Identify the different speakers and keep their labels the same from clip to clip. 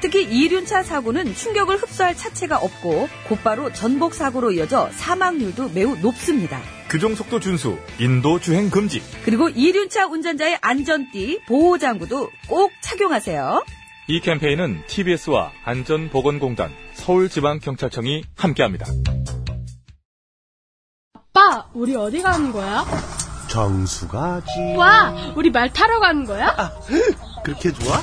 Speaker 1: 특히 이륜차 사고는 충격을 흡수할 차체가 없고 곧바로 전복 사고로 이어져 사망률도 매우 높습니다.
Speaker 2: 규정속도 준수, 인도 주행 금지.
Speaker 1: 그리고 이륜차 운전자의 안전띠, 보호장구도 꼭 착용하세요.
Speaker 2: 이 캠페인은 TBS와 안전보건공단, 서울지방경찰청이 함께합니다.
Speaker 3: 아빠, 우리 어디 가는 거야?
Speaker 4: 정수 가지.
Speaker 3: 와, 우리 말 타러 가는 거야?
Speaker 4: 그렇게 좋아?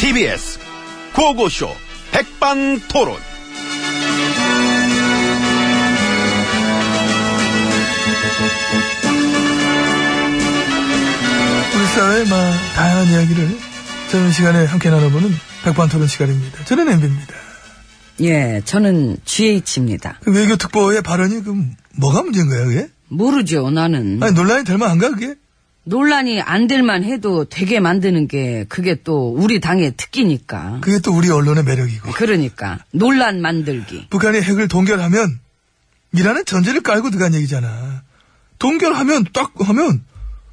Speaker 5: TBS 고고쇼 백반토론.
Speaker 6: 우리 사회의 막 다양한 이야기를 저는 시간에 함께 나눠보는 백반토론 시간입니다. 저는 엠비입니다.
Speaker 7: 예, 저는 GH입니다.
Speaker 6: 그 외교특보의 발언이 그 뭐가 문제인 거야 그게?
Speaker 7: 모르죠, 나는.
Speaker 6: 아니 뭐- 논란이 될 만한가 그게?
Speaker 7: 논란이 안 될만 해도 되게 만드는 게 그게 또 우리 당의 특기니까.
Speaker 6: 그게 또 우리 언론의 매력이고
Speaker 7: 그러니까 논란 만들기.
Speaker 6: 북한이 핵을 동결하면 이라는 전제를 깔고 들어간 얘기잖아. 동결하면 딱 하면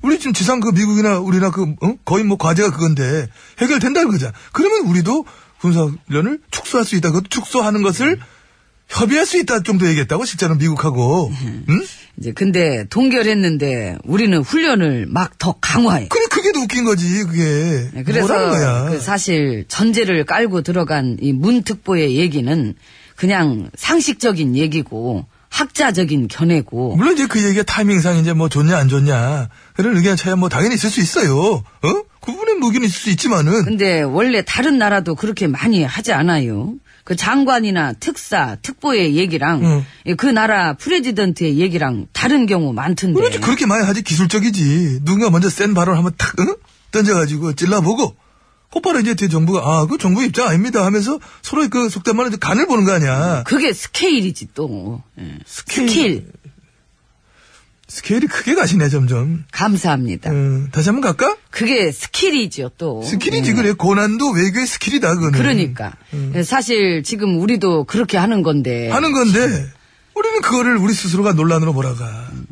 Speaker 6: 우리 지금 지상 그 미국이나 우리나 그 어? 거의 뭐 과제가 그건데 해결된다는 거잖아. 그러면 우리도 군사훈련을 축소할 수 있다. 그것도 축소하는 것을 협의할 수 있다 정도 얘기했다고 실제로 미국하고
Speaker 7: 음.
Speaker 6: 응?
Speaker 7: 이제 근데 동결했는데 우리는 훈련을 막 더 강화해.
Speaker 6: 그래 그게 더 웃긴 거지 그게
Speaker 7: 네, 그래서
Speaker 6: 뭐라는 거야
Speaker 7: 그 사실 전제를 깔고 들어간 이 문특보의 얘기는 그냥 상식적인 얘기고 학자적인 견해고
Speaker 6: 물론 이제 그 얘기가 타이밍상 이제 뭐 좋냐 안 좋냐 그런 의견 차이 뭐 당연히 있을 수 있어요 어? 그 부분에 의견이 있을 수 있지만은
Speaker 7: 근데 원래 다른 나라도 그렇게 많이 하지 않아요. 그 장관이나 특사, 특보의 얘기랑
Speaker 6: 응.
Speaker 7: 예, 그 나라 프레지던트의 얘기랑 다른 경우 많던데.
Speaker 6: 물론 이제 그렇게 많이 하지 기술적이지 누군가 먼저 센 발언 하면 탁 응? 던져가지고 찔러보고 곧바로 이제 뒤에 정부가 아 그 정부 입장 아닙니다 하면서 서로의 그 속된 말로 이제 간을 보는 거 아니야
Speaker 7: 게 스케일이지 또. 예, 그 스케일.
Speaker 6: 스케일이 크게 가시네 점점
Speaker 7: 감사합니다.
Speaker 6: 음, 다시 한번 갈까?
Speaker 7: 그게 스킬이지요 또. 음.
Speaker 6: 스킬이지 그래 고난도 외교의 스킬이다 그거는
Speaker 7: 그러니까 예, 사실 지금 우리도 그렇게 하는 건데.
Speaker 6: 음. 하는 건데 우리는 그거를 우리 스스로가 논란으로 몰아가
Speaker 7: 음.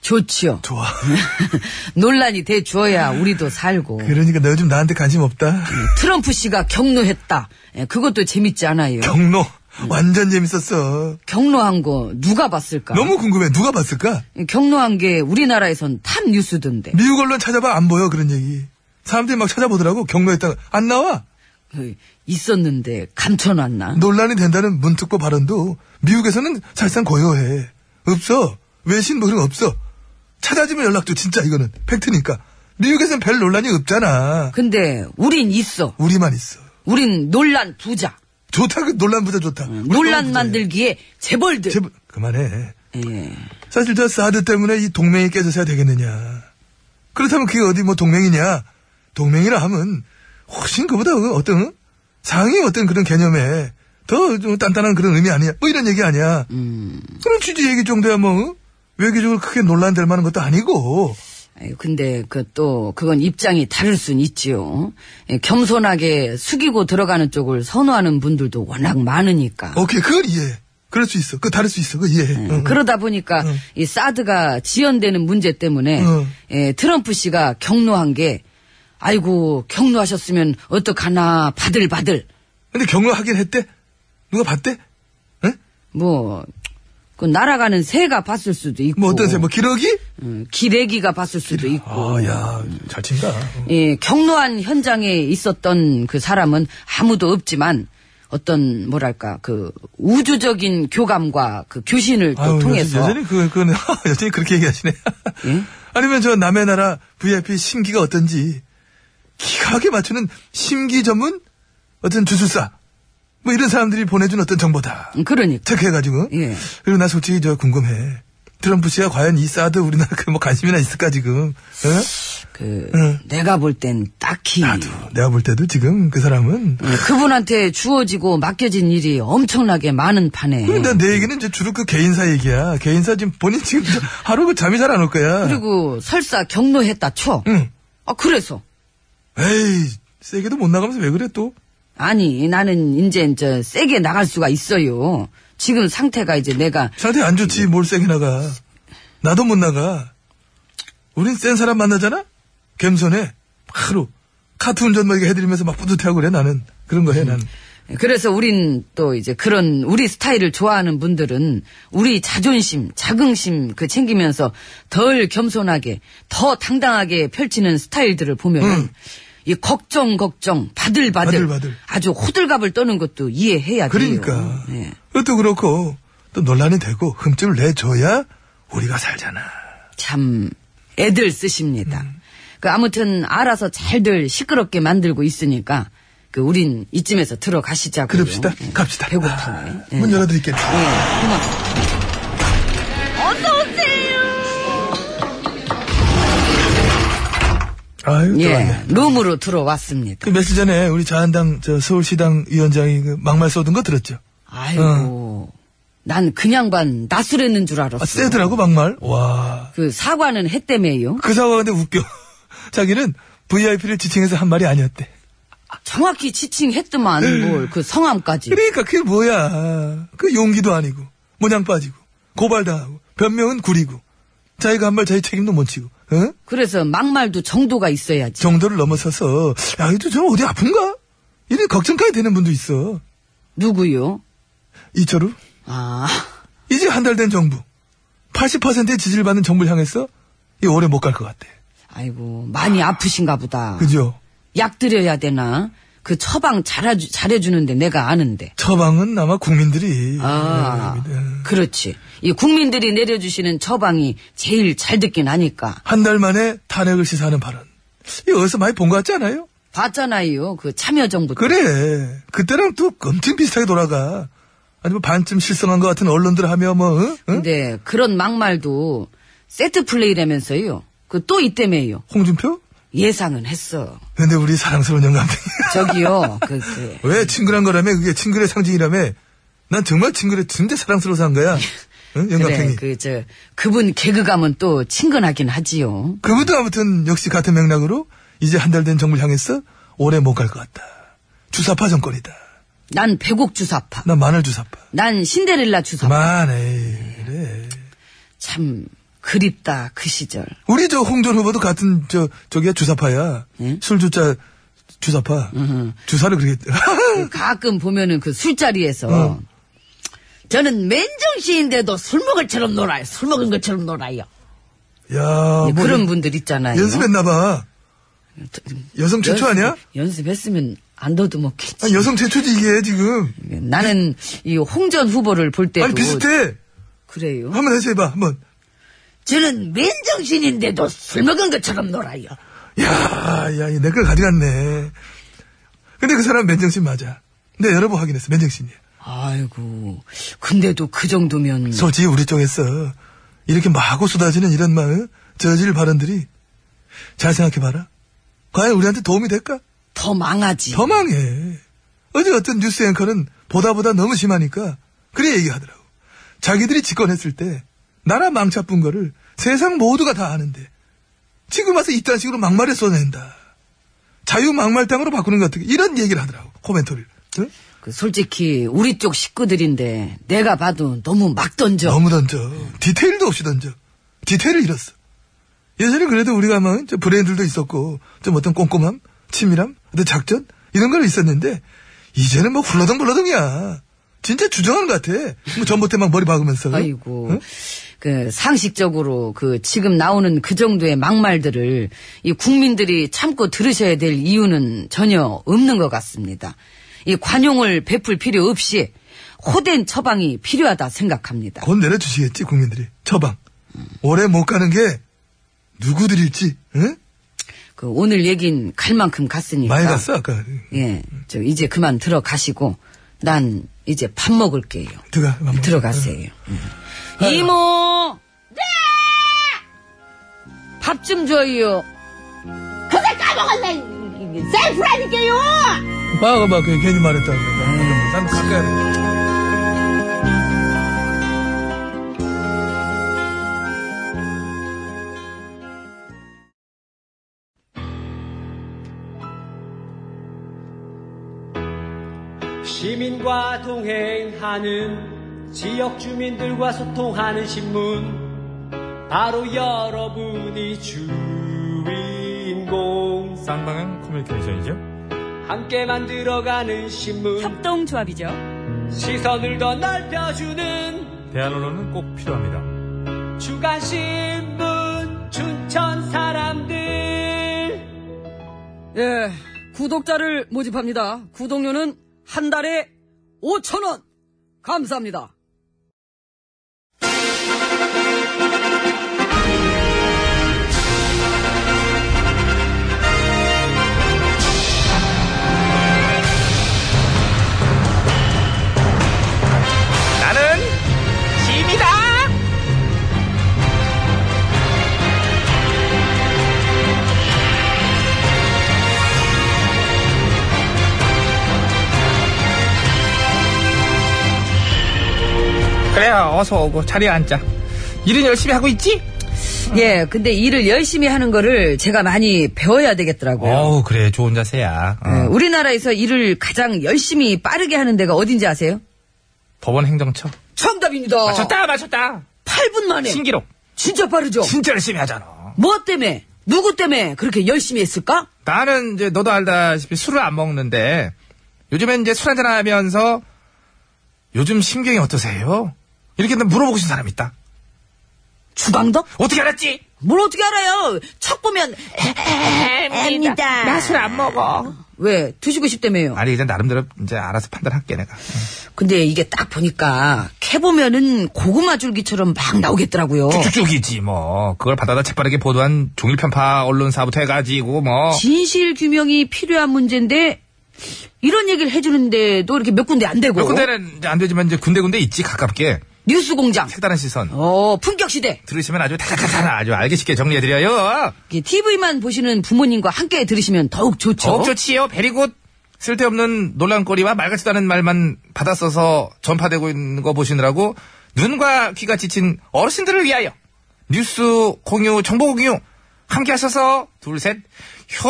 Speaker 7: 좋지요.
Speaker 6: 좋아
Speaker 7: 네. 논란이 돼 줘야 우리도 살고.
Speaker 6: 그러니까 너 요즘 나한테 관심 없다
Speaker 7: 트럼프 씨가 경로했다. 예, 그것도 재밌지 않아요.
Speaker 6: 경로
Speaker 7: 네.
Speaker 6: 완전 재밌었어
Speaker 7: 경로한 거 누가 봤을까?
Speaker 6: 너무 궁금해 누가 봤을까
Speaker 7: 경로한 게 우리나라에선 탑 뉴스던데.
Speaker 6: 미국 언론 찾아봐 안 보여 그런 얘기 사람들이 막 찾아보더라고 경로했다가 안 나와
Speaker 7: 그, 있었는데 감춰놨나?
Speaker 6: 논란이 된다는 문특보 발언도 미국에서는 사실상 고요해 없어 외신 뭐 그런 거 없어 찾아주면 연락줘 진짜 이거는 팩트니까 미국에서는 별 논란이 없잖아
Speaker 7: 근데 우린 있어.
Speaker 6: 우리만 있어
Speaker 7: 우린 논란 부자.
Speaker 6: 좋다 그 논란 부자 좋다 우리
Speaker 7: 논란
Speaker 6: 너무 부자야.
Speaker 7: 만들기에 재벌들.
Speaker 6: 제발 그만해
Speaker 7: 예.
Speaker 6: 사실 저 사드 때문에 이 동맹이 깨져서야 되겠느냐. 그렇다면 그게 어디 뭐 동맹이냐. 동맹이라 하면 훨씬 그보다 그 어떤 상위 어떤 그런 개념에 더 좀 단단한 그런 의미 아니야. 뭐 이런 얘기 아니야. 그런 취지 얘기 정도야 뭐 어? 외교적으로 크게 논란될 만한 것도 아니고.
Speaker 7: 아유, 근데 그 또 그건 입장이 다를 순 있지요. 예, 겸손하게 숙이고 들어가는 쪽을 선호하는 분들도 워낙 많으니까.
Speaker 6: 오케이 그걸 이해. 그럴 수 있어. 그 다를 수 있어. 그 이해.
Speaker 7: 예,
Speaker 6: 응.
Speaker 7: 그러다 보니까
Speaker 6: 음.
Speaker 7: 이 사드가 지연되는 문제 때문에
Speaker 6: 응.
Speaker 7: 예, 트럼프 씨가 경로한 게 아이고 경로하셨으면 어떡하나 바들바들
Speaker 6: 근데 경로하긴 했대. 누가 봤대?
Speaker 7: 뭐 그 날아가는 새가 봤을 수도 있고.
Speaker 6: 뭐 어떤 새, 뭐 기러기?
Speaker 7: 음, 기레기가 봤을 수도 있고.
Speaker 6: 아, 야, 잘 친다.
Speaker 7: 예, 경로한 현장에 있었던 그 사람은 아무도 없지만 어떤 뭐랄까 그 우주적인 교감과 그 교신을 또
Speaker 6: 아유,
Speaker 7: 통해서
Speaker 6: 여전히, 여전히 그, 그, 여전히 그렇게 얘기하시네. 아니면 저 남의 나라 VIP 심기가 어떤지 기가하게 맞추는 심기 전문 어떤 주술사 뭐 이런 사람들이 보내준 어떤 정보다.
Speaker 7: 음, 그러니까
Speaker 6: 체크해가지고.
Speaker 7: 예.
Speaker 6: 그리고 나 솔직히 저 궁금해. 트럼프 씨가 과연 이 사드 우리나라 그뭐 관심이나 있을까 지금? 어?
Speaker 7: 그
Speaker 6: 응.
Speaker 7: 내가 볼 땐 딱히
Speaker 6: 내가 볼 때도 지금 그 사람은.
Speaker 7: 예, 그분한테 주어지고 맡겨진 일이 엄청나게 많은 판에
Speaker 6: 근데 내 얘기는 이제 주로 그 개인사 얘기야. 개인사 지금 본인 지금 저 하루 그 잠이 잘 안 올 거야.
Speaker 7: 그리고 설사 경로했다 쳐.
Speaker 6: 응.
Speaker 7: 아 그래서
Speaker 6: 에이 세게도 못 나가면서 왜 그래 또?
Speaker 7: 아니 나는 이제 이제 세게 나갈 수가 있어요. 지금 상태가 이제 내가
Speaker 6: 상태 안 좋지 뭘 세게 나가 나도 못 나가 우린 센 사람 만나잖아 겸손해 바로 카트 운전 막 이렇게 해드리면서 막 뿌듯해하고 그래 나는 그런 거 해 나는
Speaker 7: 예, 그래서 우린 또 이제 그런 우리 스타일을 좋아하는 분들은 우리 자존심, 자긍심 그 챙기면서 덜 겸손하게, 더 당당하게 펼치는 스타일들을 보면 은이 걱정 걱정 바들바들
Speaker 6: 음. 바들바들.
Speaker 7: 아주 호들갑을 떠는 것도 이해해야 돼요.
Speaker 6: 그러니까
Speaker 7: 예.
Speaker 6: 그것도 그렇고 또 논란이 되고 흠집을 내줘야 우리가 살잖아
Speaker 7: 참 애들 쓰십니다.
Speaker 6: 음.
Speaker 7: 그 아무튼 알아서 잘들 시끄럽게 만들고 있으니까 그 우린 이쯤에서 들어가시자고요.
Speaker 6: 그럽시다
Speaker 7: 예.
Speaker 6: 갑시다
Speaker 7: 배고프네.
Speaker 6: 아,
Speaker 7: 예.
Speaker 6: 문 열어드릴게요
Speaker 7: 예, 고마워.
Speaker 6: 아유
Speaker 7: 예,
Speaker 6: 들어왔네
Speaker 7: 룸으로 들어왔습니다.
Speaker 6: 그 며칠 전에 우리 자한당 저 서울시당 위원장이 그 막말 쏟은 거 들었죠
Speaker 7: 아이고, 난 그냥 반 나술했는 줄 알았어.
Speaker 6: 어. 아 세더라고 막말 와
Speaker 7: 그 사과는 했다며요.
Speaker 6: 그 사과가 근데 웃겨. 자기는 VIP를 지칭해서 한 말이 아니었대.
Speaker 7: 정확히 지칭했더만 뭘 그 성함까지.
Speaker 6: 음. 그러니까 그게 뭐야. 그 용기도 아니고, 모양 빠지고, 고발당하고, 변명은 구리고, 자기가 한 말 자기 책임도 못 지고, 어?
Speaker 7: 그래서 막말도 정도가 있어야지.
Speaker 6: 정도를 넘어서서, 야, 이거 저 어디 아픈가? 이런 걱정까지 되는 분도 있어.
Speaker 7: 누구요?
Speaker 6: 이철우,
Speaker 7: 아,
Speaker 6: 이제 한 달 된 정부. 80%의 지지를 받는 정부를 향해서, 이 오래 못 갈 것 같대.
Speaker 7: 아이고 많이 아프신가 보다.
Speaker 6: 그죠?
Speaker 7: 약 드려야 되나? 그 처방 잘해주, 잘해주는데 내가 아는데.
Speaker 6: 처방은 아마 국민들이. 네,
Speaker 7: 아,
Speaker 6: 내려야 됩니다.
Speaker 7: 그렇지. 이 국민들이 내려주시는 처방이 제일 잘 듣긴 하니까.
Speaker 6: 한 달 만에 탄핵을 시사하는 발언. 이거 어디서 많이 본 것 같지 않아요?
Speaker 7: 봤잖아요. 그 참여정부. 때.
Speaker 6: 그래. 그때랑 또 엄청 비슷하게 돌아가. 아니면 반쯤 실성한 것 같은 언론들 하며 뭐, 응? 응?
Speaker 7: 근데 그런 막말도 세트 플레이라면서요. 그 또 이때매요.
Speaker 6: 홍준표?
Speaker 7: 예상은 했어.
Speaker 6: 근데 우리 사랑스러운 영감님.
Speaker 7: 저기요. 그, 그,
Speaker 6: 왜 친근한 거라며? 그게 친근의 상징이라며? 난 정말 친근해. 진짜 사랑스러워서 한 거야. 응?
Speaker 7: 그래,
Speaker 6: 영감탱이.
Speaker 7: 그, 저, 그분 개그감은 또 친근하긴 하지요.
Speaker 6: 그분도 아무튼 역시 같은 맥락으로 이제 한 달 된 정부를 향해서 오래 못 갈 것 같다. 주사파 정권이다.
Speaker 7: 난 배곡 주사파.
Speaker 6: 난 마늘 주사파.
Speaker 7: 난 신데렐라 주사파.
Speaker 6: 그만, 에이. 그래.
Speaker 7: 참, 그립다, 그 시절.
Speaker 6: 우리 저 홍전 후보도 같은 저 저기야 주사파야. 술주자 주사파. 주사를 그렇게
Speaker 7: 그 가끔 보면은 그 술자리에서.
Speaker 6: 어.
Speaker 7: 저는 맨정신인데도 술 먹을 처럼 놀아요. 술 먹은 것처럼 놀아요. 네,
Speaker 6: 야, 뭐
Speaker 7: 예, 그런 분들 있잖아요.
Speaker 6: 연습했나 봐. 여성 최초 아니야?
Speaker 7: 연습, 했으면안 더듬었겠지.
Speaker 6: 아니, 여성 최초지 이게 지금.
Speaker 7: 나는 이 홍전 후보를 볼 때도
Speaker 6: 아니 비슷해. 어?
Speaker 7: 그래요.
Speaker 6: 한번 다시 해봐. 한번.
Speaker 7: 저는 맨정신인데도 술 먹은 것처럼 놀아요.
Speaker 6: 야, 야, 내 걸 가져갔네. 근데 그 사람 맨정신 맞아. 근데 여러 번 확인했어. 맨정신이야.
Speaker 7: 음. 아이고, 근데도 그 정도면
Speaker 6: 솔직히 우리 쪽에서 이렇게 마구 쏟아지는 이런 말, 저질 발언들이 잘 생각해봐라. 과연 우리한테 도움이 될까?
Speaker 7: 더 망하지.
Speaker 6: 더 망해. 어제 어떤 뉴스 앵커는 보다 보다 너무 심하니까 그래 얘기하더라고. 자기들이 집권했을 때 나라 망쳐뿐 거를 세상 모두가 다 아는데 지금 와서 이딴 식으로 막말에 쏘낸다. 자유 막말 땅으로 바꾸는 것 어떻게 이런 얘기를 하더라고 코멘터리를. 응?
Speaker 7: 그 솔직히 우리 쪽 식구들인데 내가 봐도 너무 막 던져.
Speaker 6: 너무 던져. 디테일도 없이 던져. 디테일을 잃었어. 예전에 그래도 우리가 막 이제 브레인들도 있었고 좀 어떤 꼼꼼함, 치밀함, 어떤 작전 이런 걸 있었는데 이제는 뭐 훌러덩불러덩이야. 진짜 주장하는 것 같아. 뭐 전봇대 막 머리 박으면서.
Speaker 7: 아이고.
Speaker 6: 응?
Speaker 7: 그 상식적으로 그 지금 나오는 그 정도의 막말들을 이 국민들이 참고 들으셔야 될 이유는 전혀 없는 것 같습니다. 이 관용을 베풀 필요 없이 호된 처방이 필요하다 생각합니다.
Speaker 6: 곧 내려주시겠지 국민들이 처방. 오래 못 가는 게 누구들일지. 응?
Speaker 7: 그 오늘 얘긴 갈 만큼 갔으니까.
Speaker 6: 많이 갔어 아까.
Speaker 7: 예. 저 이제 그만 들어가시고 난 이제 밥 먹을게요.
Speaker 6: 들어가. 밥 먹자.
Speaker 7: 들어가세요. 이모! 네! 밥 좀 줘요.
Speaker 6: 봐봐 그 괜히 말했다. 난 가까이. 하네.
Speaker 8: 시민과 동행하는 지역 주민들과 소통하는 신문 바로 여러분이 주인공
Speaker 2: 쌍방향 커뮤니케이션이죠.
Speaker 8: 함께 만들어가는 신문
Speaker 1: 협동조합이죠.
Speaker 8: 시선을 더 넓혀주는
Speaker 2: 대안 언어는 꼭 필요합니다.
Speaker 8: 주간신문 춘천 사람들
Speaker 7: 예, 구독자를 모집합니다. 구독료는 한 달에 5천원! 감사합니다.
Speaker 9: 나는 짐이다. 그래요, 어서 오고 자리에 앉자. 일은 열심히 하고 있지?
Speaker 7: 예, 근데 일을 열심히 하는 거를 제가 많이 배워야 되겠더라고요.
Speaker 9: 어우, 그래, 좋은 자세야. 어.
Speaker 7: 예, 우리나라에서 일을 가장 열심히 빠르게 하는 데가 어딘지 아세요?
Speaker 9: 법원 행정처.
Speaker 7: 어. 정답입니다.
Speaker 9: 맞췄다, 맞췄다.
Speaker 7: 8분 만에.
Speaker 9: 신기록.
Speaker 7: 진짜 빠르죠?
Speaker 9: 진짜 열심히 하잖아.
Speaker 7: 뭐 때문에? 누구 때문에 그렇게 열심히 했을까?
Speaker 9: 나는 이제 너도 알다시피 술을 안 먹는데 요즘엔 이제 술 한잔 하면서 요즘 심경이 어떠세요? 이렇게 물어보고 싶은 사람 있다.
Speaker 7: 주방덕?
Speaker 9: 어떻게 알았지?
Speaker 7: 뭘 어떻게 알아요? 척 보면
Speaker 10: 앱니다.
Speaker 9: 나 술 안 먹어.
Speaker 7: 왜 드시고 싶다며요?
Speaker 9: 아니 이제 나름대로 이제 알아서 판단할게 내가.
Speaker 7: 근데 이게 딱 보니까 캐 보면은 고구마 줄기처럼 막 나오겠더라고요.
Speaker 9: 그러니까. 쭉쭉이지 뭐 그걸 받아다 재빠르게 보도한 종일 편파 언론사부터 해가지고 뭐
Speaker 7: 진실 규명이 필요한 문제인데 이런 얘기를 해주는데도 이렇게 몇 군데 안 되고
Speaker 9: 몇 군데는 이제 안 되지만 이제 군데군데 있지 가깝게
Speaker 7: 뉴스 공장,
Speaker 9: 색다른 시선
Speaker 7: 어 품격 시대.
Speaker 9: 들으시면 아주 타타타타 아주 알기 쉽게 정리해드려요.
Speaker 7: TV만 보시는 부모님과 함께 들으시면 더욱 좋죠.
Speaker 9: 어? 좋지요. 베리굿. 쓸데없는 논란거리와 말 같지도 않은 말만 받아 써서 전파되고 있는 거 보시느라고 눈과 귀가 지친 어르신들을 위하여 뉴스 공유, 정보 공유 함께 하셔서 둘, 셋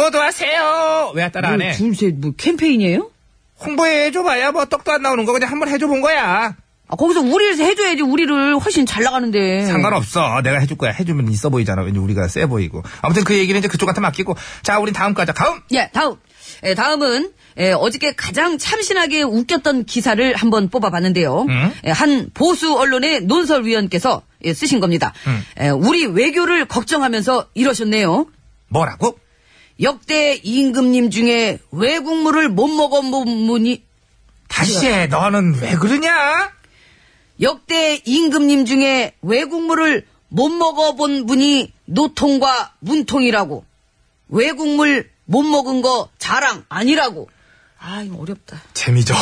Speaker 9: 효도하세요. 왜 따라 안 해?
Speaker 7: 둘셋뭐 캠페인이에요?
Speaker 9: 홍보해 줘봐야 뭐 떡도 안 나오는 거 그냥 한번 해줘 본 거야.
Speaker 7: 아, 거기서 우리를 해줘야지 우리를 훨씬 잘 나가는데.
Speaker 9: 상관없어. 내가 해줄 거야. 해주면 있어 보이잖아. 왠지 우리가 세 보이고. 아무튼 그 얘기는 이제 그쪽한테 맡기고. 자, 우린 다음 가자. 다음.
Speaker 7: 예, 다음. 예, 다음은 예, 어저께 가장 참신하게 웃겼던 기사를 한번 뽑아봤는데요. 예, 한 보수 언론의 논설위원께서 예, 쓰신 겁니다. 예, 우리 외교를 걱정하면서 이러셨네요.
Speaker 9: 뭐라고?
Speaker 7: 역대 임금님 중에 외국물을 못 먹어본 분이
Speaker 9: 다시 해. 너는 왜 그러냐?
Speaker 7: 역대 임금님 중에 외국물을 못 먹어본 분이 노통과 문통이라고 외국물 못 먹은 거 자랑 아니라고 아 이거 어렵다
Speaker 9: 재미죠.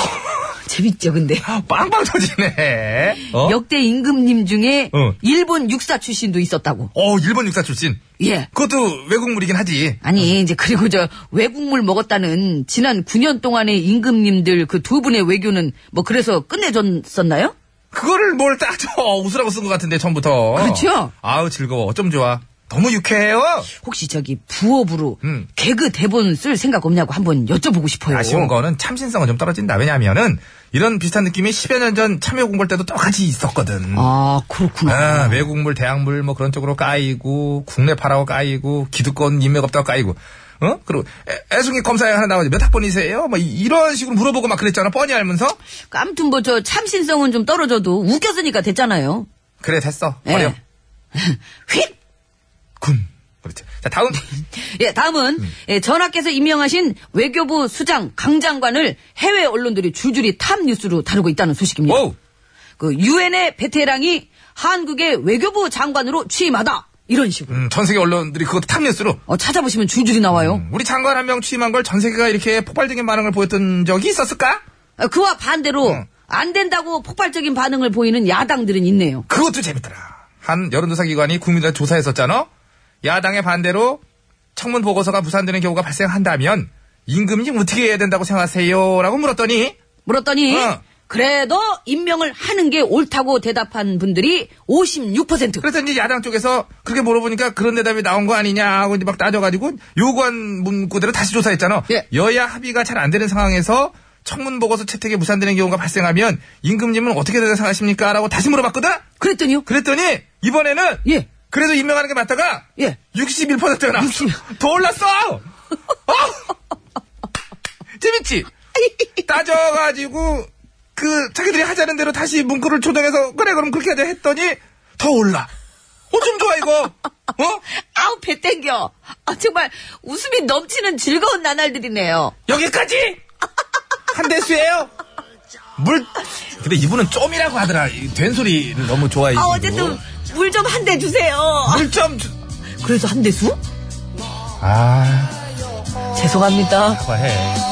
Speaker 7: 재밌죠 근데
Speaker 9: 빵빵 터지네. 어?
Speaker 7: 역대 임금님 중에
Speaker 9: 어.
Speaker 7: 일본 육사 출신도 있었다고
Speaker 9: 어, 일본 육사 출신.
Speaker 7: 예
Speaker 9: 그것도 외국물이긴 하지.
Speaker 7: 아니 이제 그리고 저 외국물 먹었다는 지난 9년 동안의 임금님들 그 두 분의 외교는 뭐 그래서 끝내줬었나요?
Speaker 9: 그거를 뭘 따져. 웃으라고 쓴 것 같은데, 처음부터.
Speaker 7: 그렇죠.
Speaker 9: 아우, 즐거워. 어쩜 좋아. 너무 유쾌해요.
Speaker 7: 혹시 저기 부업으로
Speaker 9: 음.
Speaker 7: 개그 대본 쓸 생각 없냐고 한번 여쭤보고 싶어요.
Speaker 9: 아쉬운 거는 참신성은 좀 떨어진다. 왜냐면은, 이런 비슷한 느낌이 10여 년 전 참여 공부할 때도 똑같이 있었거든.
Speaker 7: 아, 그렇구나.
Speaker 9: 아, 외국물, 대학물, 뭐 그런 쪽으로 까이고, 국내 파라고 까이고, 기득권 인맥 없다고 까이고. 어? 그리고 애, 애송이 검사에 하나 나오지 몇 학번이세요? 막 이- 이런 식으로 물어보고 막 그랬잖아 뻔히 알면서
Speaker 7: 아무튼 뭐 저 참신성은 좀 떨어져도 웃겼으니까 됐잖아요.
Speaker 9: 그래 됐어
Speaker 7: 예.
Speaker 9: 버려
Speaker 7: 휙!
Speaker 9: 군 그렇지 자 다음
Speaker 7: 예, 다음은 예, 전하께서 임명하신 외교부 수장 강 장관을 해외 언론들이 줄줄이 탑 뉴스로 다루고 있다는 소식입니다.
Speaker 9: 와우
Speaker 7: 그 유엔의 베테랑이 한국의 외교부 장관으로 취임하다 이런 식으로
Speaker 9: 음, 전 세계 언론들이 그것도 탑뉴스로
Speaker 7: 어, 찾아보시면 줄줄이 나와요.
Speaker 9: 우리 장관 한 명 취임한 걸 전 세계가 이렇게 폭발적인 반응을 보였던 적이 있었을까?
Speaker 7: 어, 그와 반대로
Speaker 9: 음.
Speaker 7: 안 된다고 폭발적인 반응을 보이는 야당들은 있네요.
Speaker 9: 그것도 재밌더라. 한 여론조사 기관이 국민들 조사했었잖아. 야당의 반대로 청문 보고서가 무산되는 경우가 발생한다면 임금 좀 어떻게 해야 된다고 생각하세요?라고 물었더니
Speaker 7: 물었더니
Speaker 9: 어.
Speaker 7: 그래도 임명을 하는 게 옳다고 대답한 분들이 56%.
Speaker 9: 그래서 이제 야당 쪽에서 그렇게 물어보니까 그런 대답이 나온 거 아니냐 하고 이제 막 따져가지고 요구한 문구대로 다시 조사했잖아.
Speaker 7: 예.
Speaker 9: 여야 합의가 잘 안 되는 상황에서 청문 보고서 채택이 무산되는 경우가 발생하면 임금님은 어떻게 생각하십니까?라고 다시 물어봤거든.
Speaker 7: 그랬더니요.
Speaker 9: 그랬더니 이번에는
Speaker 7: 예.
Speaker 9: 그래도 임명하는 게 맞다가
Speaker 7: 예.
Speaker 9: 61%가 나왔어. 더 올랐어. 어! 재밌지? 따져가지고 그 자기들이 하자는 대로 다시 문구를 조정해서 그래 그럼 그렇게 하자 했더니 더 올라. 어좀 좋아 이거. 어?
Speaker 7: 아우 배 땡겨. 아, 정말 웃음이 넘치는 즐거운 나날들이네요.
Speaker 9: 여기까지. 한 대수예요. 물. 근데 이분은 좀이라고 하더라. 이 된소리를 너무 좋아해.
Speaker 7: 아 어쨌든 물 좀 한 대 주세요.
Speaker 9: 물좀
Speaker 7: 그래서 한 대수?
Speaker 9: 아,
Speaker 7: 죄송합니다.
Speaker 9: 사과해.